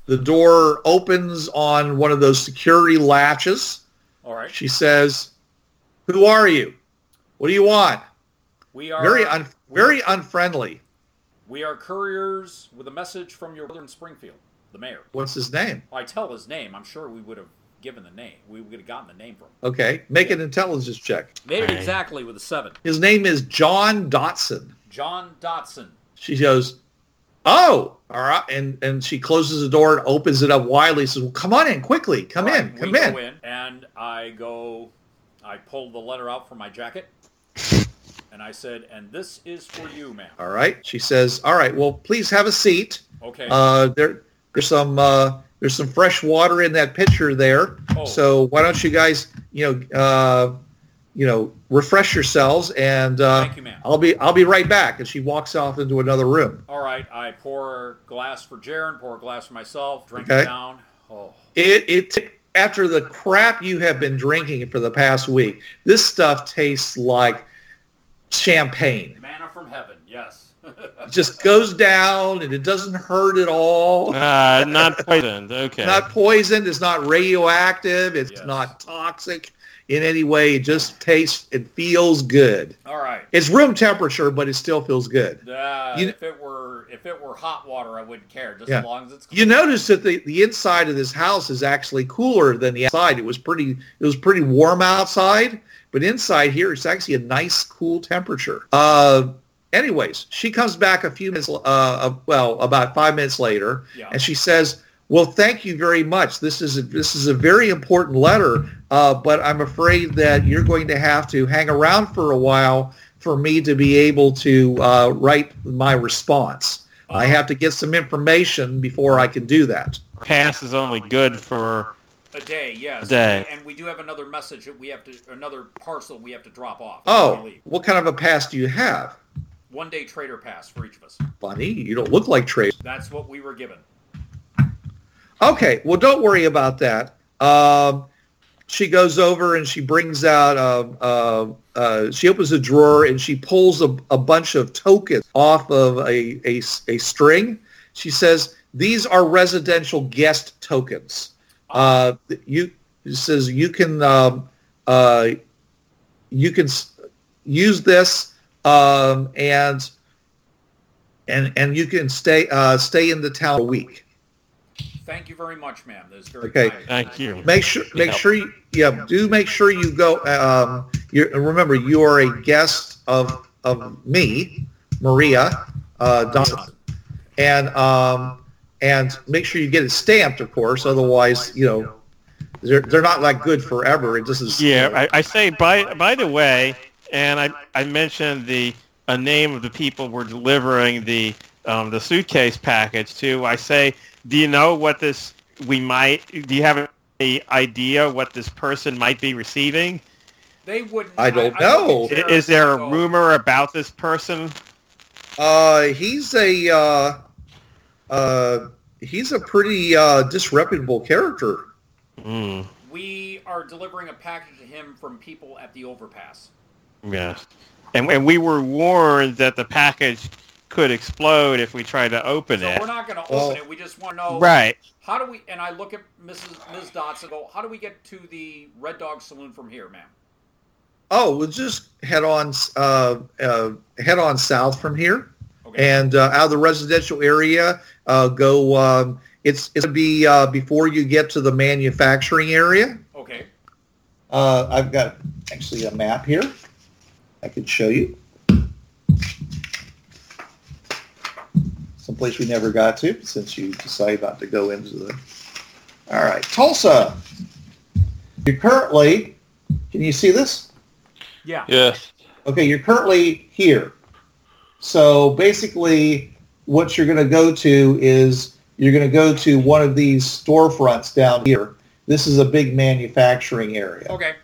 the door opens on one of those security latches. All right. She says, "Who are you? What do you want?" We are Very un- very unfriendly. we are couriers with a message from your brother in Springfield, the mayor. What's his name? I tell his name. I'm sure we would have given the name. We would have gotten the name from. Him. Okay, make an intelligence check. Made it Right. exactly with a seven. His name is John Dotson. John Dotson. She goes, "Oh, all right," and and she closes the door and opens it up widely. Says, "Well, come on in quickly. Come All right, in. Come we in." Go in. And I go. I pull the letter out from my jacket, and I said, "And this is for you, ma'am." All right. She says, "All right. Well, please have a seat. Okay. Uh, there, there's some uh, there's some fresh water in that pitcher there. Oh. So why don't you guys, you know, uh, you know, refresh yourselves and uh, Thank you, ma'am. I'll be I'll be right back." And she walks off into another room. All right. I pour a glass for Jaron. Pour a glass for myself. Drink Okay. it down. Oh. It it t- after the crap you have been drinking for the past week, this stuff tastes like champagne. Manna from heaven, yes. It just goes down and it doesn't hurt at all. Uh, not poisoned. Okay. Not poisoned. It's not radioactive. It's Yes. not toxic in any way. It just tastes. It feels good. All right. It's room temperature, but it still feels good. Uh, You- if it were if it were hot water, I wouldn't care. Just Yeah. as long as it's cold. You notice that the, the inside of this house is actually cooler than the outside. It was pretty it was pretty warm outside, but inside here it's actually a nice cool temperature. Uh, anyways, she comes back a few minutes, uh, uh, well, about five minutes later, Yeah. and she says, Well, thank you very much. This is a, this is a very important letter, uh, but I'm afraid that you're going to have to hang around for a while for me to be able to uh, write my response. I have to get some information before I can do that. Pass is only good for A day, yes. A day. And we do have another message that we have to, another parcel we have to drop off. before Oh, we leave. what kind of a pass do you have? One day trader pass for each of us. Funny, you don't look like Trace. That's what we were given. Okay, well, don't worry about that. Um, she goes over and she brings out, um uh, uh, she opens a drawer and she pulls a, a bunch of tokens off of a, a, a string. She says, these are residential guest tokens. Uh, you she says you can um, uh, you can s- use this um, and and and you can stay uh, stay in the town a week. Thank you very much, ma'am. That is very Okay. kind. Thank you. Make sure, make Yeah. sure, you, yeah, do make sure you go. Um, you and remember you are a guest of of me, Maria uh, Donaldson, and um, and make sure you get it stamped, of course. Otherwise, you know, they're they're not like good forever. It just is. Yeah, I, I say by by the way, and I I mentioned the a name of the people we're delivering the um, the suitcase package to. I say, do you know what this we might? Do you have any idea what this person might be receiving? They wouldn't. I don't know. I- Is there Oh. a rumor about this person? Uh, he's a uh, uh, he's a pretty uh, disreputable character. Mm, We are delivering a package to him from people at the overpass. yes, and and we were warned that the package could explode if we tried to open So it. we're not going to Well- open it. We just want to know right. how do we. And I look at Mrs. Ms. Dotson. and go, how do we get to the Red Dog Saloon from here, ma'am? Oh, we'll just head on uh, uh, head on south from here. Okay. and uh, out of the residential area, uh, go. Um, it's it's gonna be uh, before you get to the manufacturing area. okay. Uh, I've got actually a map here. I could show you someplace we never got to since you decided not to go into the. All right, Tulsa. You're currently. Can you see this? Yeah. Yes. Okay, you're currently here. So basically, what you're going to go to is you're going to go to one of these storefronts down here. This is a big manufacturing area. Okay.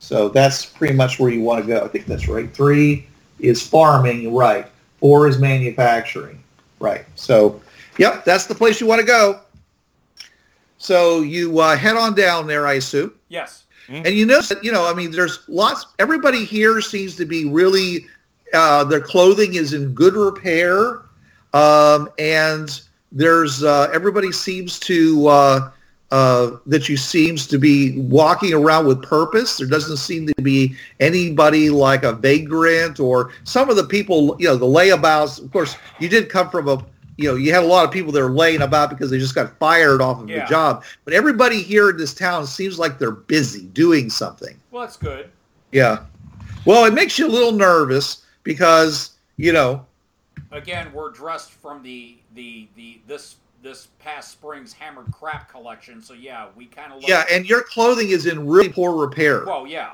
So that's pretty much where you want to go. I think that's right. Three is farming, right. Four is manufacturing, right. So, yep, that's the place you want to go. So you uh, head on down there, I assume. Yes. And you notice that, you know, I mean, there's lots, everybody here seems to be really, uh, their clothing is in good repair. Um, and there's, uh, everybody seems to, uh, uh, that you seems to be walking around with purpose. There doesn't seem to be anybody like a vagrant or some of the people, you know, the layabouts. Of course, you did come from a, you know, you had a lot of people that are laying about because they just got fired off of Yeah. the job. But everybody here in this town seems like they're busy doing something. Well, that's good. Yeah. Well, it makes you a little nervous because, you know, Again, we're dressed from the the the this this past spring's hammered crap collection. So yeah, we kind of look. yeah, and your clothing is in really poor repair. Well, yeah.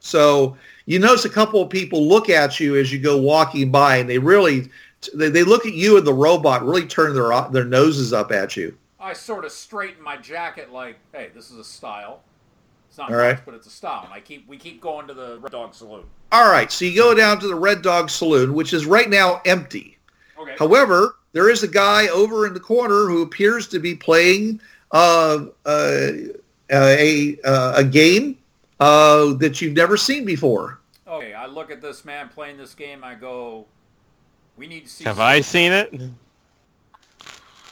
So you notice a couple of people look at you as you go walking by, and they really they, they look at you and the robot really turn their their noses up at you. I sort of straighten my jacket, like, hey, this is a style. It's not All much, right. but it's a style. And I keep we keep going to the Red Dog Saloon. All right, so you go down to the Red Dog Saloon, which is right now empty. Okay. However, there is a guy over in the corner who appears to be playing uh, uh, a uh, a game uh, that you've never seen before. Okay. I look at this man playing this game. I go, we need to see. Have I seen it?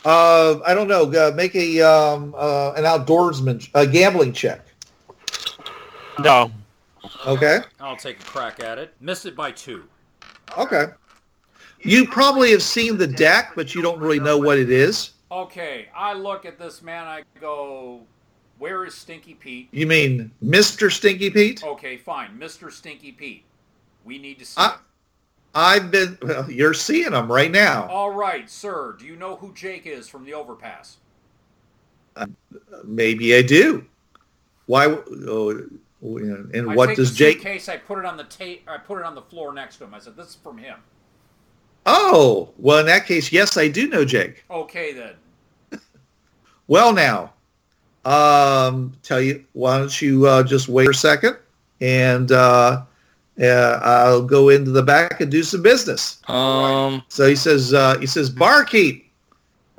Uh, I don't know. Uh, make a um, uh, an outdoorsman a gambling check. No. Okay. I'll take a crack at it. Missed it by two. Okay. You probably have seen the deck, but you don't really know what it is. Okay. I look at this man. I go, where is Stinky Pete? You mean Mr. Stinky Pete? Okay, fine, Mister Stinky Pete. We need to see. I- him. I've been. Well, you're seeing them right now. All right, sir. Do you know who Jake is from the overpass? Maybe I do. Why? Oh, and I what take does the Jake? Case. I put it on the tape. I put it on the floor next to him. I said, "This is from him." Oh, well, in that case, yes, I do know Jake. Okay, then. Well, now, um, tell you, why don't you uh, just wait a second, and uh, uh, I'll go into the back and do some business. Um, So he says, uh, he says, barkeep,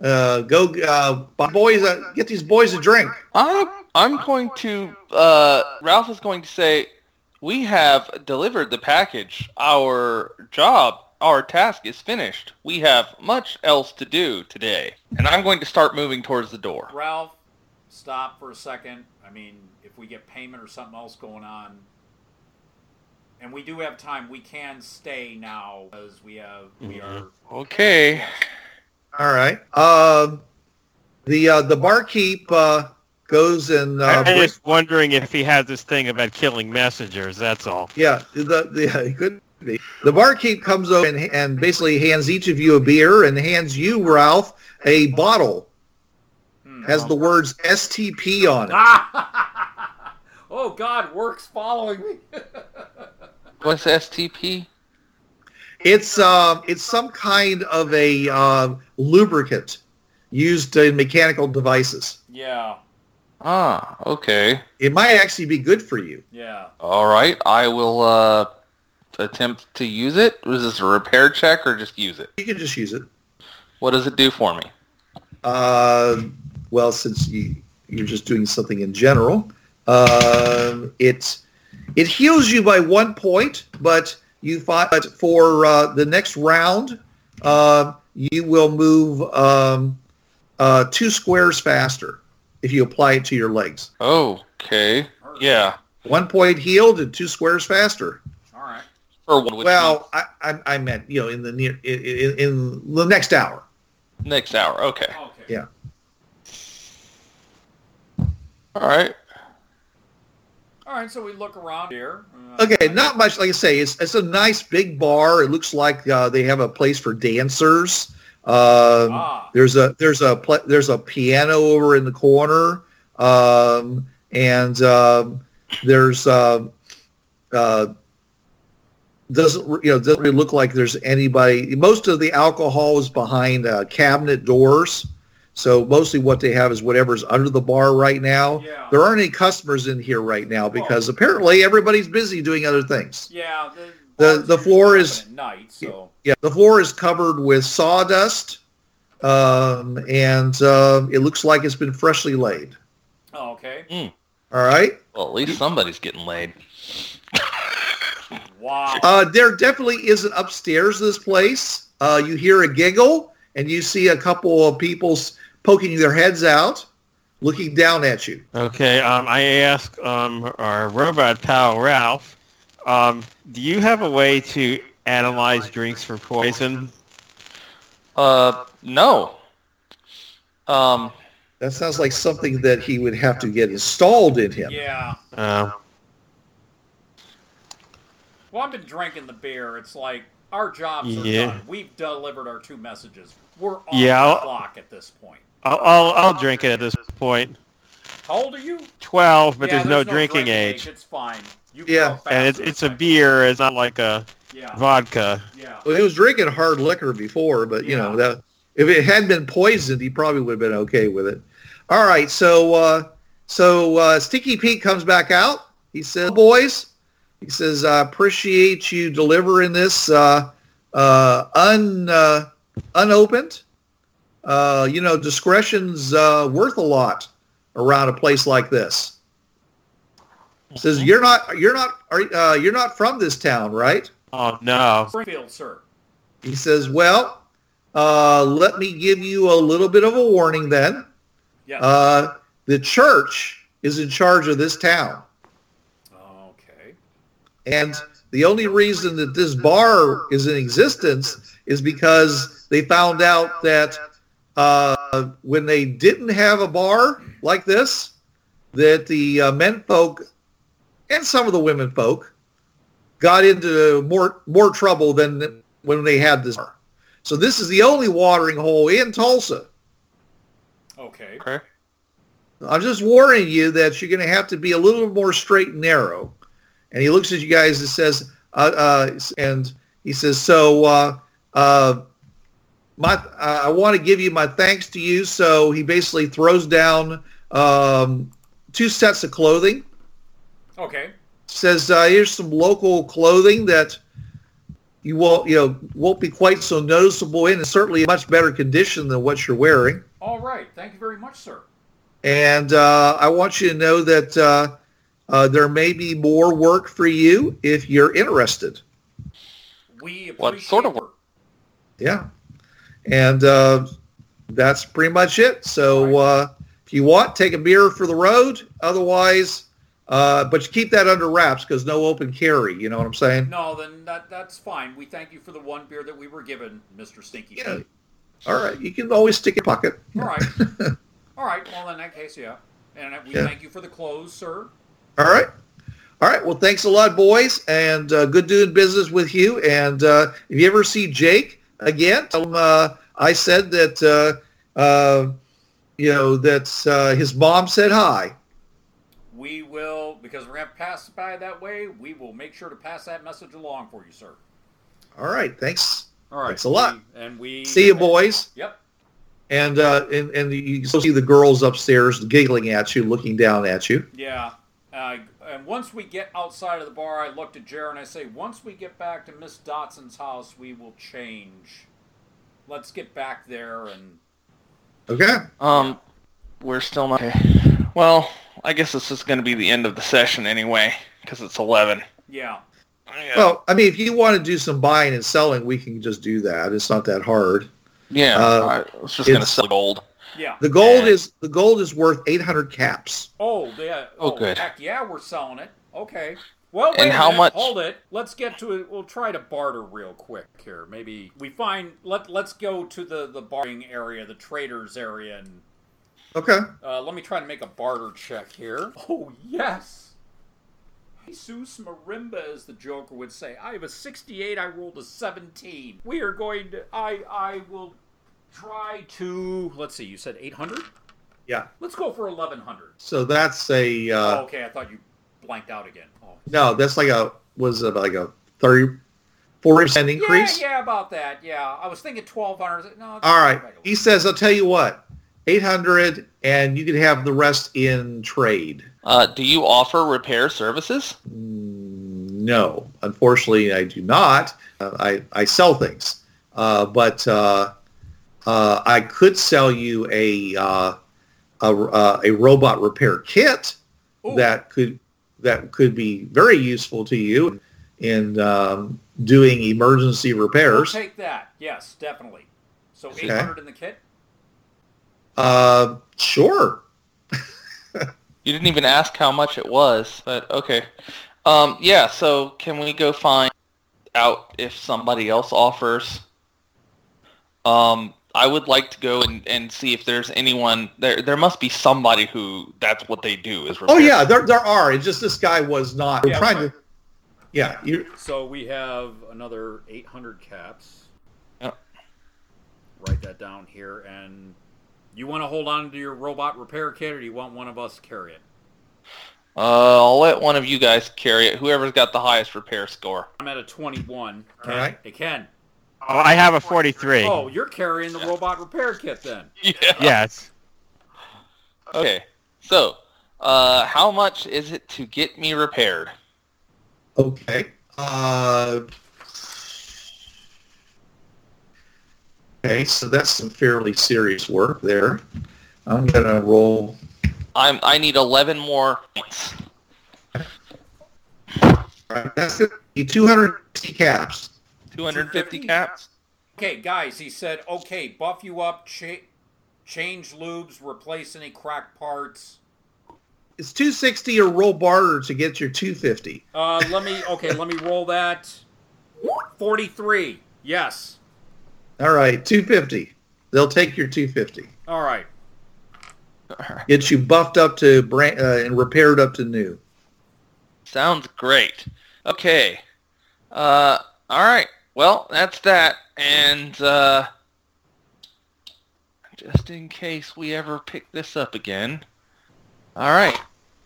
uh, go, uh, buy boys, uh, get these boys a drink. I'm I'm going to. Uh, Ralph is going to say, "We have delivered the package. Our job, our task is finished. We have much else to do today." And I'm going to start moving towards the door. Ralph, stop for a second. I mean, if we get payment or something else going on, and we do have time, we can stay now because we have we Mm-hmm. are Okay. All right. Um, the uh, the barkeep uh, goes and uh, I'm brings, just wondering if he has this thing about killing messengers. That's all. yeah, the the it could be. the barkeep comes over and, and basically hands each of you a beer and hands you Ralph a bottle Hmm. has the words STP on it. oh God, works following me. What's STP? It's um it's some kind of a uh, lubricant used in mechanical devices. yeah, Ah, okay. It might actually be good for you. yeah. All right, I will uh, attempt to use it. Is this a repair check or just use it? You can just use it. What does it do for me? Uh, well, since you you're just doing something in general, um, it it heals you by one point, but you find but for uh, the next round, uh, you will move um, uh, two squares faster if you apply it to your legs. Okay. Yeah. One point healed and two squares faster. All right. Or what would well, I, I I meant you know in the near in, in, in the next hour. be next hour. Okay. Okay. Yeah. All right. All right. So we look around here. Uh, Okay, not much. Like I say, it's it's a nice big bar. It looks like uh, they have a place for dancers. Um, Ah. There's a there's a pl- there's a piano over in the corner, um, and um, there's uh, uh, doesn't re- you know doesn't really look like there's anybody. Most of the alcohol is behind uh, cabinet doors, so mostly what they have is whatever's under the bar right now. Yeah. There aren't any customers in here right now because apparently everybody's busy doing other things. Yeah. The The- the floor is- at night. So Yeah, the floor is covered with sawdust, um, and uh, it looks like it's been freshly laid. oh, okay. All right. Well, at least somebody's getting laid. Wow. Uh, there definitely isn't upstairs to this place. Uh, you hear a giggle, and you see a couple of people s- poking their heads out, looking down at you. Okay, um, I ask um, our robot pal Ralph, um, do you have a way to analyze drinks for poison? Uh, no. Um, That sounds like something that he would have to get installed in him. Yeah. Uh, Well, I've been drinking the beer. It's like our jobs are Yeah. done. We've delivered our two messages. We're on Yeah, the I'll- clock at this point. I'll, I'll, I'll drink it at this point. How old are you? 12, but Yeah, there's, no, drinking, age. It's fine. You Yeah. grow fast And it's, in it's a second. beer. It's not like a Yeah. vodka. Yeah. Well, he was drinking hard liquor before, but you know Yeah. that if it had been poisoned, he probably would have been okay with it. All right, so uh, so uh, Sticky Pete comes back out. He says, "Boys," he says, "I appreciate you delivering this uh, uh, un uh, unopened. Uh, you know, discretion's uh, worth a lot around a place like this." Says, "You're not you're not are, uh, you're not from this town, right?" Oh, no. Springfield, sir. He says, well, uh, let me give you a little bit of a warning then. Yes. Uh, the church is in charge of this town. okay. And the only reason that this bar is in existence is because they found out that uh, when they didn't have a bar like this, that the uh, men folk and some of the women folk got into more more trouble than when they had this. So this is the only watering hole in Tulsa. Okay. Okay. I'm just warning you that you're going to have to be a little more straight and narrow. And he looks at you guys and says, uh, uh, and he says, so uh, uh, my, I want to give you my thanks to you. So he basically throws down um, two sets of clothing Okay. says uh, here's some local clothing that you won't you know won't be quite so noticeable in and certainly in much better condition than what you're wearing All right. Thank you very much, sir. and uh, i want you to know that uh, uh, there may be more work for you if you're interested We appreciate What sort of work? yeah and uh, that's pretty much it so uh, if you want take a beer for the road otherwise uh, but you keep that under wraps because no open carry you know what i'm saying No, then that that's fine. We thank you for the one beer that we were given, Mr. Stinky. Yeah. All right. You can always stick it in your pocket. All right. All right. Well, in that case, yeah. And we Yeah. thank you for the clothes, sir. All right. All right. Well, thanks a lot, boys, and uh, good doing business with you. And uh, if you ever see Jake again, tell him uh, I said that uh, uh, you know that uh, his mom said hi. We will, because we're going to pass by that way, we will make sure to pass that message along for you, sir. All right. Thanks. All right. Thanks a lot. We- and we See you, boys. Yep. And uh, and and you can still see the girls upstairs giggling at you, looking down at you. Yeah. Uh, and once we get outside of the bar, I looked at Jer and I say, once we get back to Miss Dotson's house, we will change. Let's get back there and Okay. Um, we're still not. Okay. Well, I guess this is going to be the end of the session anyway, because it's Uh, eleven. yeah. Well, I mean, if you want to do some buying and selling, we can just do that. It's not that hard. yeah, uh, I was just going to it's- sell gold. Yeah. The gold Yeah. is the gold is worth 800 caps. Oh, yeah. Oh, good. Heck yeah, we're selling it. Okay. Well, And wait a how minute. much- Hold it. Let's get to it. We'll try to barter real quick here. Maybe we find. Let Let's go to the the bartering area, the traders area, and Okay. uh, let me try to make a barter check here. Oh yes. Jesus Marimba, as the Joker would say. I have a 68. I rolled a 17. We are going to. I I will try to. Let's see. You said 800. Yeah. Let's go for 1100. So that's a uh, oh, okay, I thought you blanked out again. Oh. no. That's like a was it like a 30, 40 percent increase. Yeah, yeah, about that. Yeah, I was thinking twelve hundred. No. it's All right. right away. He says, "I'll tell you what, 800, and you can have the rest in trade." Uh, do you offer repair services? Mm, No, unfortunately, I do not. Uh, I I sell things, uh, but uh, uh, I could sell you a uh, a, uh, a robot repair kit. Ooh, that could that could be very useful to you in um, doing emergency we'll repairs. take that. Yes, definitely. So Okay. eight hundred in the kit. Uh, sure. You didn't even ask how much it was, but okay. Um, yeah, so can we go find out if somebody else offers? Um, I would like to go and, and see if there's anyone there. There must be somebody who that's what they do is. Oh repair. yeah, there there are. It's just this guy was not we're Yeah, trying to. Yeah, you So we have another eight hundred caps. Yep. Write that down here, and you want to hold on to your robot repair kit, or do you want one of us to carry it? Uh, I'll let one of you guys carry it. Whoever's got the highest repair score. I'm at a twenty-one. All Ken, right. Hey, Ken. Oh, I have a 43. Oh, you're carrying the robot repair kit then. Yeah. Yes. Okay. So, uh, how much is it to get me repaired? okay. Uh, okay, so that's some fairly serious work there. I'm gonna roll. I'm I need 11 more points. All right, that's gonna be 250 caps. 250 caps. Okay, guys, he said, okay, buff you up, cha- change lubes, replace any cracked parts. It's 260 or roll barter to get your 250. Uh, let me, okay, let me roll that. 43. Yes. All right, 250. They'll take your 250. All right. Get you buffed up to brand uh, and repaired up to new. Sounds great. Okay. Uh, all right. Well, that's that. And uh, just in case we ever pick this up again. All right.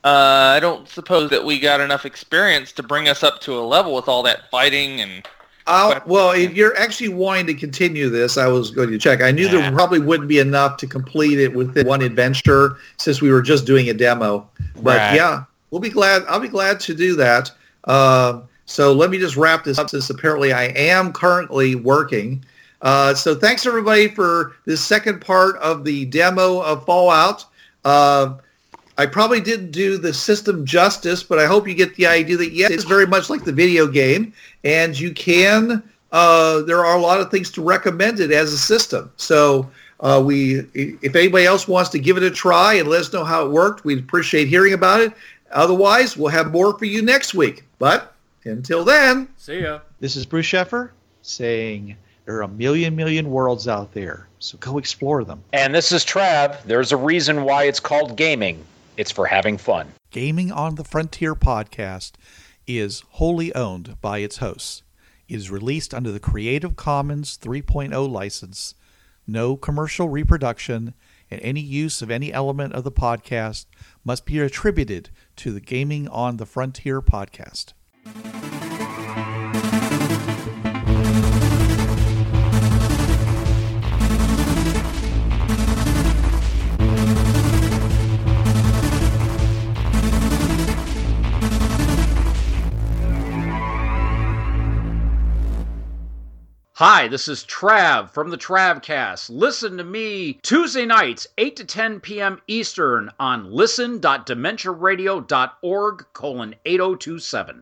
Uh, I don't suppose that we got enough experience to bring us up to a level with all that fighting and Uh, well, if you're actually wanting to continue this, I was going to check. I knew there Yeah. probably wouldn't be enough to complete it within one adventure since we were just doing a demo. But Right. yeah, we'll be glad. I'll be glad to do that. Uh, so let me just wrap this up since apparently I am currently working. Uh, so thanks everybody for this second part of the demo of Fallout. Uh, I probably didn't do the system justice, but I hope you get the idea that yes, it's very much like the video game, and you can. Uh, there are a lot of things to recommend it as a system. So uh, we, if anybody else wants to give it a try and let us know how it worked, we'd appreciate hearing about it. Otherwise, we'll have more for you next week. But until then, See ya. This is Bruce Sheffer saying there are a million, million worlds out there, so go explore them. And this is Trav. There's a reason why it's called gaming. It's for having fun. Gaming on the Frontier podcast is wholly owned by its hosts. It is released under the Creative Commons 3.0 license. No commercial reproduction and any use of any element of the podcast must be attributed to the Gaming on the Frontier podcast. Hi, this is Trav from the Travcast. Listen to me Tuesday nights, 8 to 10 p.m. oh Eastern on listen.dementiaradio.org colon 8027.